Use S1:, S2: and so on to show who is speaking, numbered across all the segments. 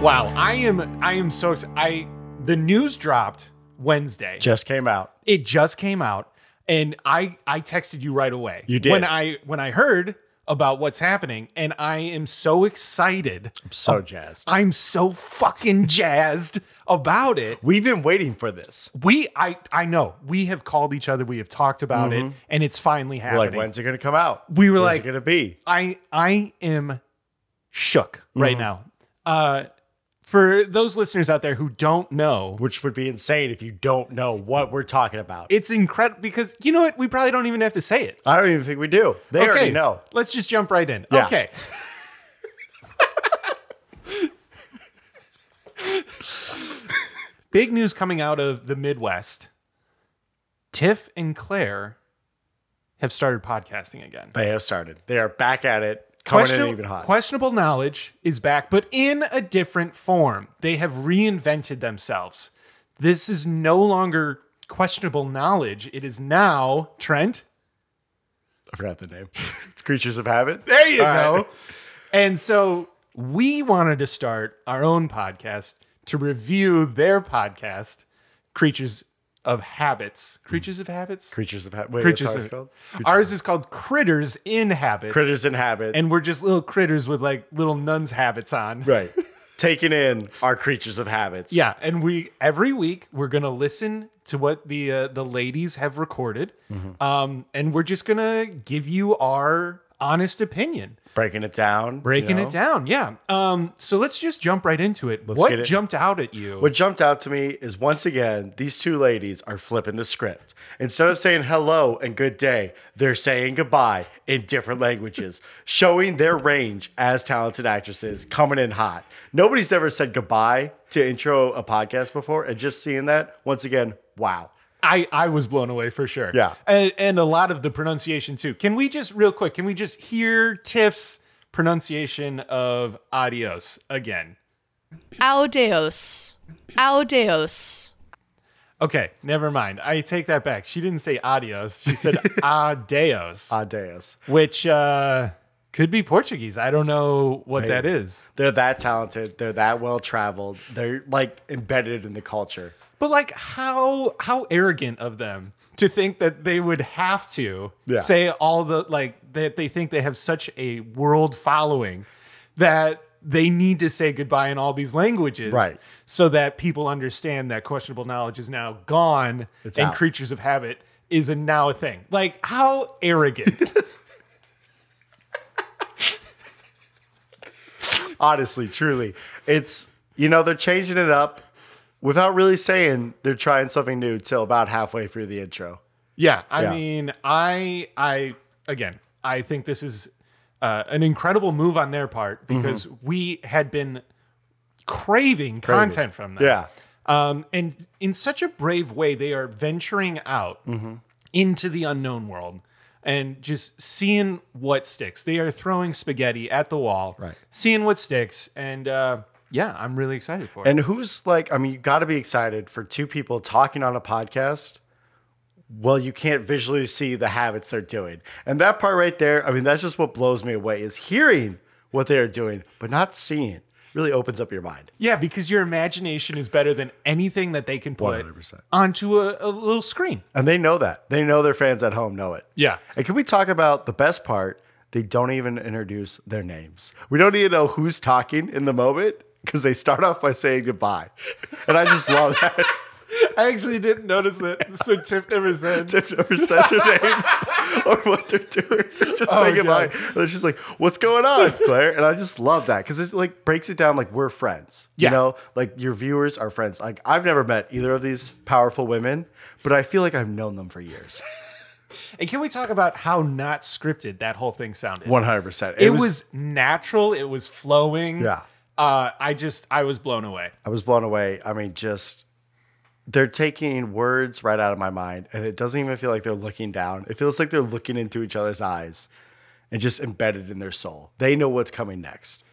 S1: Wow, I am I am so excited. I the news dropped Wednesday.
S2: Just came out.
S1: It just came out, and I I texted you right away.
S2: You did.
S1: when I when I heard about what's happening, and I am so excited.
S2: I'm so jazzed.
S1: I'm so fucking jazzed about it.
S2: We've been waiting for this.
S1: We I I know we have called each other. We have talked about it, and it's finally happening.
S2: Mm-hmm. Like, when's it going to come out?
S1: We were
S2: when's
S1: like-
S2: it going to be?
S1: I I am shook right
S2: Mm-hmm.
S1: now. Uh, for those listeners out there who don't know,
S2: Which would be insane if you don't know what we're talking about.
S1: it's incredible because you know what? We probably don't even have to say it.
S2: I don't even think we do. They already know.
S1: Let's just jump right in.
S2: Yeah.
S1: Okay. Big news coming out of the Midwest. Tiff and Claire have started podcasting again.
S2: They have started. They are back at it, coming in
S1: Question-
S2: even hot.
S1: Questionable knowledge is back, but in a different form. They have reinvented themselves. This is no longer questionable knowledge. It is now Trent.
S2: I forgot the name. it's Creatures of Habit.
S1: There you
S2: All
S1: go.
S2: right.
S1: And so we wanted to start our own podcast to review their podcast, Creatures of Habits. Creatures of Habits.
S2: Creatures of Habit. Wait,
S1: Creatures
S2: what's ours
S1: of-
S2: called?
S1: Ours is called Critters in Habits.
S2: Critters in Habit.
S1: and we're just little critters with like little nuns habits on.
S2: right. Taking in our Creatures of Habits.
S1: Yeah, and we every week we're gonna listen to what the uh, the ladies have recorded,
S2: Mm-hmm.
S1: um, and we're just gonna give you our honest opinion,
S2: Breaking it down. you
S1: breaking
S2: know?
S1: it down. Yeah. Um. So let's just jump right into it.
S2: get
S1: what
S2: it-
S1: jumped out at you?
S2: What jumped out to me is once again, these two ladies are flipping the script. Instead of saying hello and good day, they're saying goodbye in different languages, showing their range as talented actresses coming in hot. Nobody's ever said goodbye to intro a podcast before, and just seeing that, once again, wow.
S1: I I was blown away for sure.
S2: Yeah.
S1: and, and a lot of the pronunciation too. Can we just real quick? Can we just hear Tiff's pronunciation of adios again?
S3: Audeos. Audeos.
S1: Okay, never mind. I take that back. She didn't say adios. She said adios.
S2: Adeus.
S1: which uh, could be Portuguese. I don't know what that is.
S2: They're that talented. They're that well traveled. They're like embedded in the culture.
S1: But like, how how arrogant of them to think that they would have to
S2: Yeah.
S1: say all the like that they think they have such a world following that they need to say goodbye in all these languages,
S2: Right.
S1: So that people understand that questionable knowledge is now gone,
S2: It's
S1: and
S2: out.
S1: creatures of habit is a now a thing. Like, how arrogant.
S2: honestly, truly. It's you know, they're changing it up without really saying they're trying something new till about halfway through the intro.
S1: Yeah, I
S2: Yeah.
S1: mean, I, I again, I think this is uh, an incredible move on their part
S2: Mm-hmm.
S1: because we had been craving, content from them.
S2: Yeah.
S1: um, and in such a brave way, they are venturing out
S2: Mm-hmm.
S1: into the unknown world and just seeing what sticks. They are throwing spaghetti at the wall,
S2: Right.
S1: Seeing what sticks, and uh, yeah, I'm really excited for it.
S2: And who's like, I mean, you got to be excited for two people talking on a podcast. Well, you can't visually see the habits they're doing. And that part right there, I mean, that's just what blows me away is hearing what they are doing, but not seeing really opens up your mind.
S1: Yeah, because your imagination is better than anything that they can put
S2: 100%.
S1: onto a, a little screen.
S2: And they know that. They know their fans at home know it.
S1: Yeah.
S2: And can we talk about the best part? They don't even introduce their names. We don't even know who's talking in the moment because they start off by saying goodbye. And I just love that.
S1: I actually didn't notice that. So Tiff never said.
S2: They've never said their name or what they're doing. Just
S1: Oh,
S2: say goodbye.
S1: God.
S2: And she's like, what's going on, Claire? And I just love that because it like breaks it down like we're friends.
S1: Yeah.
S2: You know, like your viewers are friends. Like I've never met either of these powerful women, but I feel like I've known them for years.
S1: And can we talk about how not scripted that whole thing sounded?
S2: 100%.
S1: It was, natural. It was flowing.
S2: Yeah.
S1: Uh, I just I was blown away.
S2: I was blown away. I mean, just they're taking words right out of my mind, and it doesn't even feel like they're looking down. It feels like they're looking into each other's eyes and just embedded in their soul. They know what's coming next.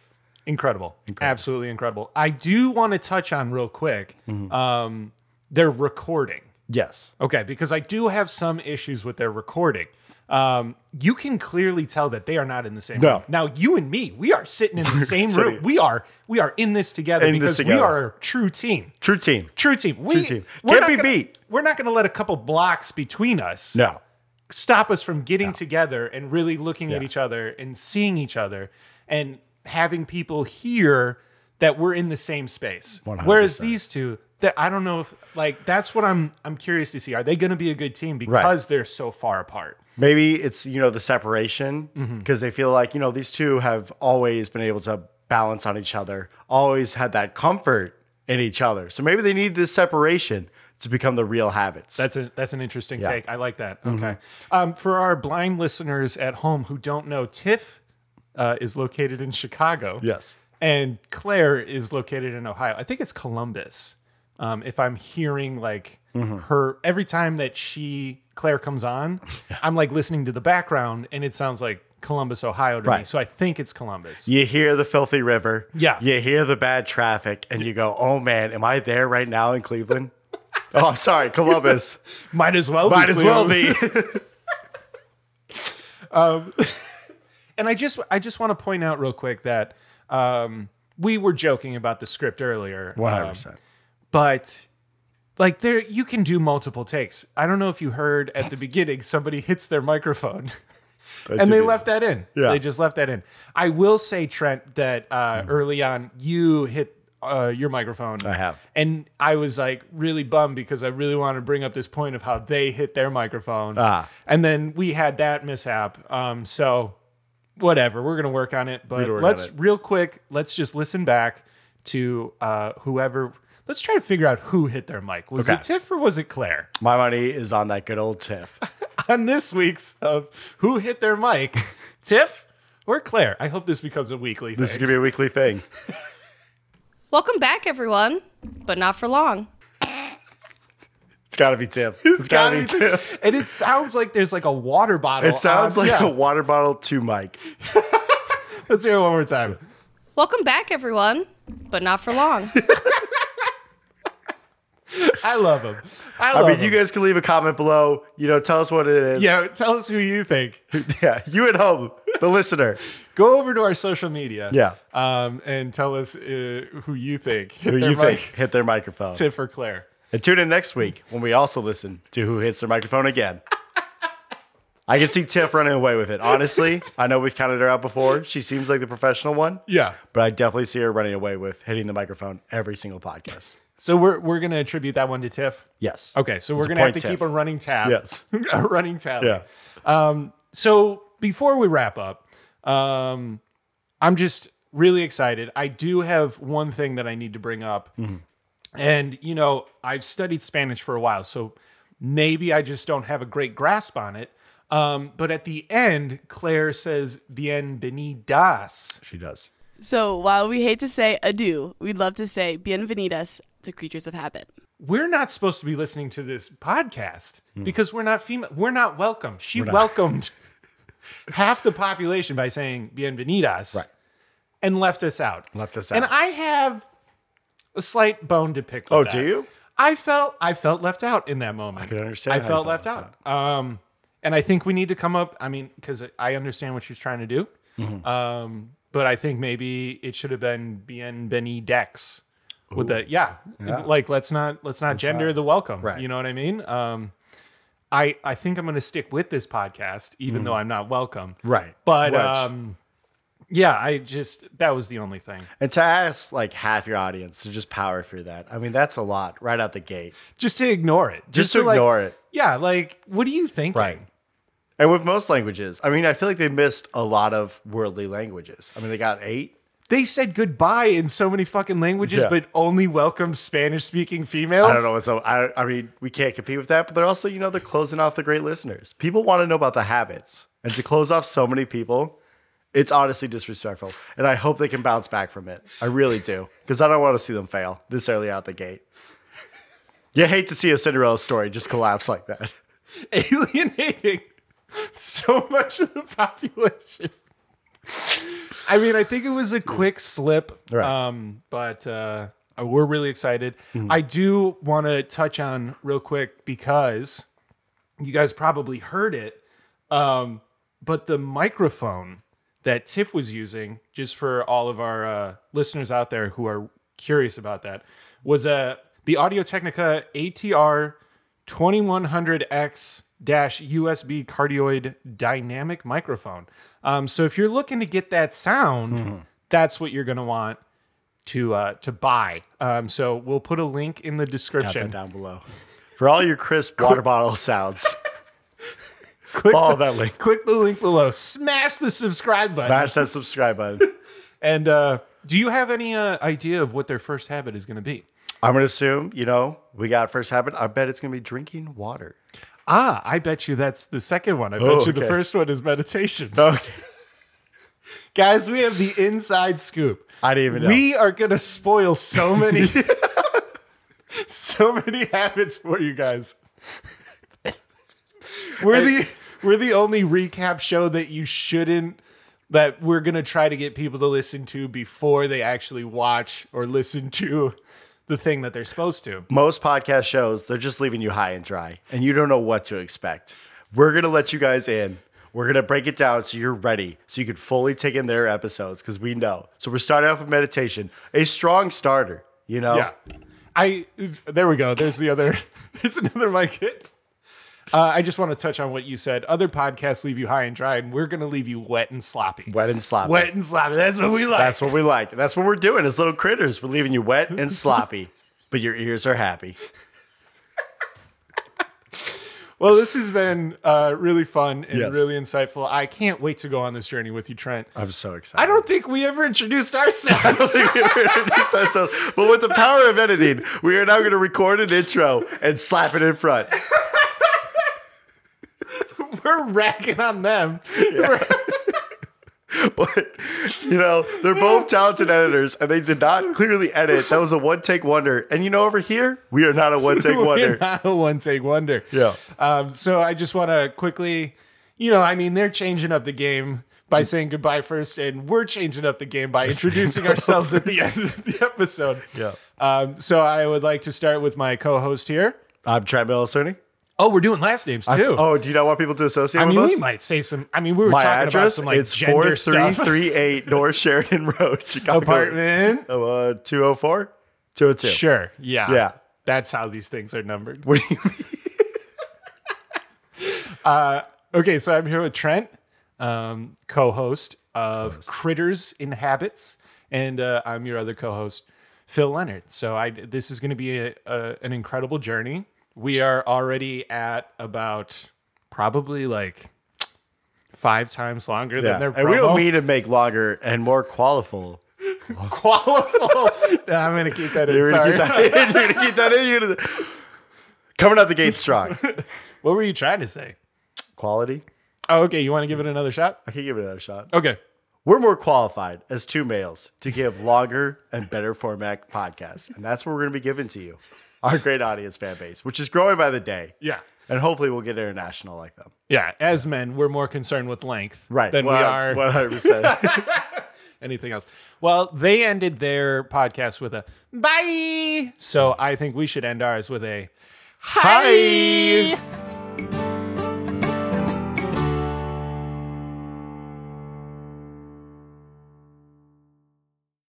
S1: Incredible. Absolutely incredible. I do want to touch on real quick.
S2: Mm-hmm.
S1: Um, their recording.
S2: Yes.
S1: Okay, because I do have some issues with their recording. um, you can clearly tell that they are not in the same
S2: No.
S1: room. Now you and me, we are sitting in the same
S2: sitting-
S1: room. We are we are in this together
S2: In
S1: because
S2: this together.
S1: we are a true team.
S2: True team.
S1: True team. We
S2: team.
S1: we're
S2: Can't
S1: not
S2: be
S1: gonna-
S2: beat.
S1: We're not going to let a couple blocks between us
S2: No.
S1: stop us from getting together and really looking at each other and seeing each other and having people hear that we're in the same space. Whereas these two, that I don't know if like that's what I'm I'm curious to see. Are they going to be a good team because they're so far apart?
S2: Maybe it's, you know, the separation because they feel like, you know, these two have always been able to balance on each other, always had that comfort in each other. So maybe they need this separation to become the real habits.
S1: That's a that's an interesting take. I like that.
S2: Mm-hmm.
S1: Okay. Um, for our blind listeners at home who don't know, Tiff uh, is located in Chicago.
S2: Yes.
S1: And Claire is located in Ohio. I think it's Columbus. Um, if I'm hearing like her every time that she Claire comes on, I'm like listening to the background and it sounds like Columbus, Ohio to me.
S2: Right.
S1: So I think it's Columbus.
S2: you hear the filthy river.
S1: Yeah.
S2: You hear the bad traffic and you go, oh man, am I there right now in Cleveland? oh, I'm sorry, Columbus.
S1: Might as well.
S2: Might as well
S1: Cleveland.
S2: be.
S1: and I just I just want to point out real quick that um, we were joking about the script earlier. Um,
S2: 100%.
S1: but like there you can do multiple takes i don't know if you heard at the beginning somebody hits their microphone and they
S2: did.
S1: left that in
S2: Yeah. Mm.
S1: they just left that in i will say trent that uh, early on you hit uh, your microphone
S2: I have.
S1: and i was like really bummed because i really wanted to bring up this point of how they hit their microphone
S2: Ah.
S1: and then we had that mishap um, so whatever we're gonna work on it but
S2: work on
S1: let's
S2: it.
S1: real quick let's just listen back to uh whoever let's try to figure out who hit their mic was
S2: Okay.
S1: it tiff or was it claire
S2: My money is on that good old Tiff.
S1: on this week's of who hit their mic tiff or claire i hope this becomes a weekly
S2: This is
S1: thing.
S2: gonna be a weekly thing.
S3: Welcome back, everyone, but not for long.
S2: It's gotta be Tim. It's, gotta, be um, Tim.
S1: and it sounds like there's like a water bottle
S2: It sounds
S1: on-
S2: like
S1: yeah.
S2: a water bottle to Mike.
S1: let's hear it one more time
S3: Welcome back, everyone, but not for long.
S1: i love him i love
S2: I mean,
S1: him.
S2: you guys can leave a comment below. You know, tell us what it is.
S1: yeah tell us who you think
S2: yeah. You at home, the listener.
S1: go over to our social media
S2: Yeah.
S1: um and tell us uh, who you think hit
S2: Who
S1: their
S2: you
S1: mic,
S2: think hit their microphone?
S1: tiff or claire
S2: And tune in next week when we also listen to who hits their microphone again. I can see Tiff running away with it. Honestly, I know we've counted her out before. She seems like the professional one,
S1: yeah
S2: but I definitely see her running away with hitting the microphone every single podcast.
S1: So we're we're gonna attribute that one to Tiff.
S2: Yes.
S1: Okay, so we're
S2: a
S1: gonna have
S2: point
S1: to
S2: Tiff.
S1: keep a running tab.
S2: Yes.
S1: a running tab.
S2: Yeah.
S1: So before we wrap up, um, I'm just really excited. I do have one thing that I need to bring up, and you know I've studied Spanish for a while, so maybe I just don't have a great grasp on it. Um, but at the end, Claire says "Bienvenidas."
S2: She does.
S4: So while we hate to say adieu, we'd love to say bienvenidas to creatures of habit.
S1: we're not supposed to be listening to this podcast because we're not female. Hmm. We're not welcome. She welcomed half the population by saying "Bienvenidas"
S2: Right.
S1: and left us out.
S2: Left us
S1: And
S2: out.
S1: I have a slight bone to pick. With
S2: Oh,
S1: that.
S2: do you?
S1: I felt I felt left out in that moment. I
S2: could understand
S1: I
S2: how you
S1: felt
S2: felt
S1: left out. Um, and I think we need to come up. I mean, because I understand what she's trying to do.
S2: Mm-hmm.
S1: Um, but I think maybe it should have been Bien Benny Dex with the yeah, Like let's not let's not gender the welcome.
S2: Right.
S1: You know what I mean? Um, I I think I'm going to stick with this podcast, even though I'm not welcome.
S2: Mm. Right.
S1: But
S2: Which-
S1: um, yeah, I just that was the only thing.
S2: And to ask like half your audience to just power through that, I mean, that's a lot right out the gate.
S1: Just to ignore it.
S2: Just to ignore it.
S1: Yeah. Like, what do you think?
S2: And with most languages, I mean, I feel like they missed a lot of worldly languages. I mean, they got eight.
S1: they said goodbye in so many fucking languages,
S2: Yeah.
S1: but only welcomed Spanish speaking females.
S2: I don't know what's up. I, I mean, we can't compete with that, but they're also, you know, they're closing off the great listeners. People want to know about the habits. And to close off so many people, it's honestly disrespectful. And I hope they can bounce back from it. I really do. Because I don't want to see them fail this early out the gate. You hate to see a Cinderella story just collapse like that.
S1: Alienating so much of the population. I mean, I think it was a quick slip,
S2: Right. Mm-hmm.
S1: um, but uh, we're really excited. I do want to touch on real quick because you guys probably heard it. Um, but the microphone that Tiff was using, just for all of our uh, listeners out there who are curious about that, was uh, the Audio Technica ATR 2100X USB cardioid dynamic microphone. Um, so if you're looking to get that sound,
S2: Mm-hmm.
S1: that's what you're going to want to uh, to buy. Um, so we'll put a link in the
S2: Got that
S1: description.
S2: down below. For all your crisp water bottle sounds,
S1: Click
S2: follow
S1: the-
S2: that link.
S1: Click the link below. Smash the subscribe button.
S2: Smash that subscribe button.
S1: And uh, do you have any uh, idea of what their first habit is going to be?
S2: I'm gonna assume, you know, we got first habit. I bet it's gonna be drinking water.
S1: Ah, I bet you that's the second one. I bet
S2: Oh,
S1: you the
S2: okay.
S1: first one is meditation.
S2: Okay.
S1: Guys, we have the inside scoop.
S2: I didn't even know.
S1: We are going to spoil so many so many habits for you guys. we're the we're the only recap show that you shouldn't that we're going to try to get people to listen to before they actually watch or listen to the thing that they're supposed to.
S2: Most podcast shows, they're just leaving you high and dry, and you don't know what to expect. We're gonna let you guys in. We're gonna break it down so you're ready, so you can fully take in their episodes, because we know. So we're starting off with meditation, a strong starter. You know,
S1: Yeah. I there we go. There's the other there's another mic hit. Uh, I just want to touch on what you said. Other podcasts leave you high and dry, and we're gonna leave you wet and sloppy.
S2: wet and sloppy.
S1: Wet and sloppy. That's what we like.
S2: That's what we like. That's what we're doing as little critters. We're leaving you wet and sloppy, but your ears are happy.
S1: well, this has been uh, really fun and
S2: Yes.
S1: really insightful. I can't wait to go on this journey with you, Trent.
S2: I'm so excited.
S1: I don't think we ever introduced ourselves.
S2: introduce ourselves. But with the power of editing, we are now going to record an intro and slap it in front.
S1: we're racking on them.
S2: But, you know, they're both talented editors and they did not clearly edit. That was a one take wonder. And you know, over here, we are not a one take
S1: We're
S2: wonder.
S1: not a one take wonder.
S2: Yeah.
S1: Um, so I just want to quickly, you know, I mean, they're changing up the game by saying goodbye first, and Mm. we're changing up the game by introducing ourselves at the end of the episode.
S2: Yeah.
S1: Um, so I would like to start with my co host here.
S2: I'm Trent Bellisoni.
S1: Oh, we're doing last names too.
S2: Oh, do you not want people to associate
S1: I mean,
S2: with
S1: we
S2: us?
S1: might say some. I mean, we were
S2: My
S1: talking about
S2: address
S1: some like
S2: it's
S1: gender stuff.
S2: 4338 North Sheridan Road, Chicago.
S1: Apartment.
S2: Oh, uh, 204? 202.
S1: Sure. Yeah.
S2: Yeah.
S1: That's how these things are numbered.
S2: What do you mean?
S1: Okay, so I'm here with Trent, um, co-host of Critters in Habits, and uh, I'm your other co-host, Phil Leonard. So I this is going to be a, a, an incredible journey. We are already at about probably like five times longer than their promo.
S2: and we don't mean to make longer and more qualifiable.
S1: qualifiable. Nah, I'm going to keep that in.
S2: You're gonna,
S1: Sorry.
S2: keep that in. You're gonna keep that in. You're gonna coming out the gate strong.
S1: What were you trying to say?
S2: Quality.
S1: Oh, okay. You want to give it another shot?
S2: I can give it another shot.
S1: Okay.
S2: We're more qualified as two males to give longer and better format podcasts, and that's what we're gonna be giving to you, our great audience fan base, which is growing by the day.
S1: Yeah.
S2: and hopefully we'll get international like them.
S1: Yeah. As men, we're more concerned with length
S2: Right.
S1: than we are.
S2: One hundred percent.
S1: anything else. Well, they ended their podcast with a bye. So I think we should end ours with a hi.
S2: Hi.